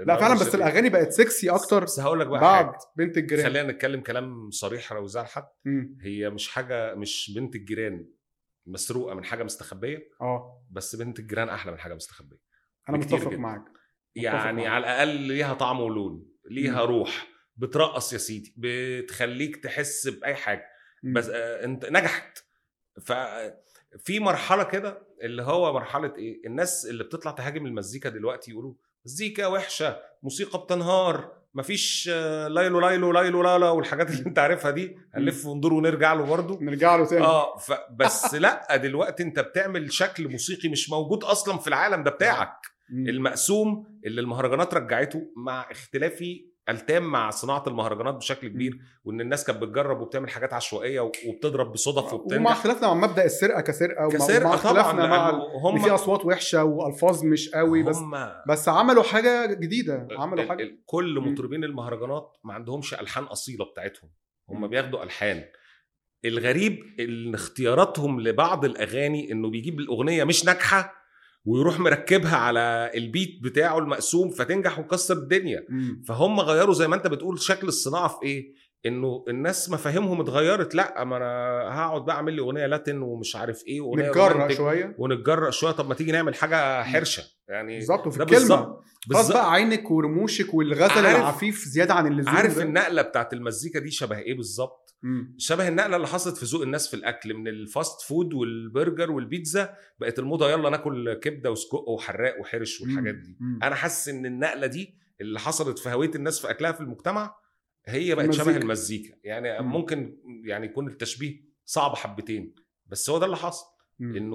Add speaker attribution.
Speaker 1: لا فعلا بس الاغاني بقت سكسي اكتر
Speaker 2: إيه. بس هقول لك بقى
Speaker 1: بعد
Speaker 2: حاجه
Speaker 1: بنت الجيران
Speaker 2: خلينا نتكلم كلام صريح روزان حد
Speaker 1: مم.
Speaker 2: هي مش حاجه مش بنت الجيران مسروقه من حاجه مستخبيه
Speaker 1: اه
Speaker 2: بس بنت الجيران احلى من حاجه مستخبيه
Speaker 1: انا
Speaker 2: بكتير
Speaker 1: متفق
Speaker 2: جدا.
Speaker 1: معاك
Speaker 2: يعني
Speaker 1: معاك.
Speaker 2: على الاقل ليها طعم ولون ليها روح بترقص يا سيدي بتخليك تحس باي حاجه
Speaker 1: مم.
Speaker 2: بس آه، انت نجحت ففي مرحله كده اللي هو مرحله ايه الناس اللي بتطلع تهاجم المزيكا دلوقتي يقولوا مزيكا وحشه موسيقى بتنهار مفيش آه، ليلو ليلو ليلو لالا والحاجات اللي انت عارفها دي هنلف وندور ونرجع له برضه
Speaker 1: نرجع له تاني
Speaker 2: اه ف- بس لا دلوقتي انت بتعمل شكل موسيقي مش موجود اصلا في العالم ده بتاعك
Speaker 1: مم.
Speaker 2: المقسوم اللي المهرجانات رجعته مع اختلافي التام مع صناعه المهرجانات بشكل كبير وان الناس كانت بتجرب وبتعمل حاجات عشوائيه و- وبتضرب بصدف
Speaker 1: ومع
Speaker 2: وبتنجح
Speaker 1: اختلافنا مع مبدا السرقه كسرقه ومع- ومع
Speaker 2: كسرقه طبعا
Speaker 1: اختلافنا مع ال-
Speaker 2: لأنه
Speaker 1: ان
Speaker 2: هم
Speaker 1: في اصوات وحشه والفاظ مش قوي بس
Speaker 2: هم
Speaker 1: بس عملوا حاجه جديده عملوا
Speaker 2: ال-
Speaker 1: حاجه
Speaker 2: ال- كل
Speaker 1: مم.
Speaker 2: مطربين المهرجانات ما عندهمش الحان اصيله بتاعتهم هم
Speaker 1: مم.
Speaker 2: بياخدوا الحان الغريب ان اختياراتهم لبعض الاغاني انه بيجيب الاغنيه مش ناجحه ويروح مركبها على البيت بتاعه المقسوم فتنجح وكسر الدنيا
Speaker 1: مم.
Speaker 2: فهم غيروا زي ما انت بتقول شكل الصناعه في ايه؟ انه الناس مفاهيمهم اتغيرت لا ما انا هقعد بقى اعمل لي اغنيه لاتن ومش عارف ايه واغنيه
Speaker 1: نتجرأ
Speaker 2: رومانتك
Speaker 1: شويه
Speaker 2: ونتجرأ شويه طب ما تيجي نعمل حاجه حرشه يعني
Speaker 1: بالظبط وفي
Speaker 2: ده
Speaker 1: الكلمه
Speaker 2: بالظبط.
Speaker 1: خلاص
Speaker 2: بالظبط
Speaker 1: بقى عينك ورموشك والغزل
Speaker 2: عارف-
Speaker 1: العفيف زياده عن اللزوم
Speaker 2: عارف
Speaker 1: ده.
Speaker 2: النقله بتاعت المزيكا دي شبه ايه بالظبط؟
Speaker 1: مم.
Speaker 2: شبه النقله اللي حصلت في ذوق الناس في الاكل من الفاست فود والبرجر والبيتزا بقت الموضه يلا ناكل كبده وسجق وحراق وحرش والحاجات دي
Speaker 1: مم.
Speaker 2: انا حاسس ان النقله دي اللي حصلت في هويه الناس في اكلها في المجتمع هي بقت
Speaker 1: المزيكا.
Speaker 2: شبه المزيكا يعني
Speaker 1: مم.
Speaker 2: ممكن يعني يكون التشبيه صعب حبتين بس هو ده اللي حصل
Speaker 1: مم.
Speaker 2: انه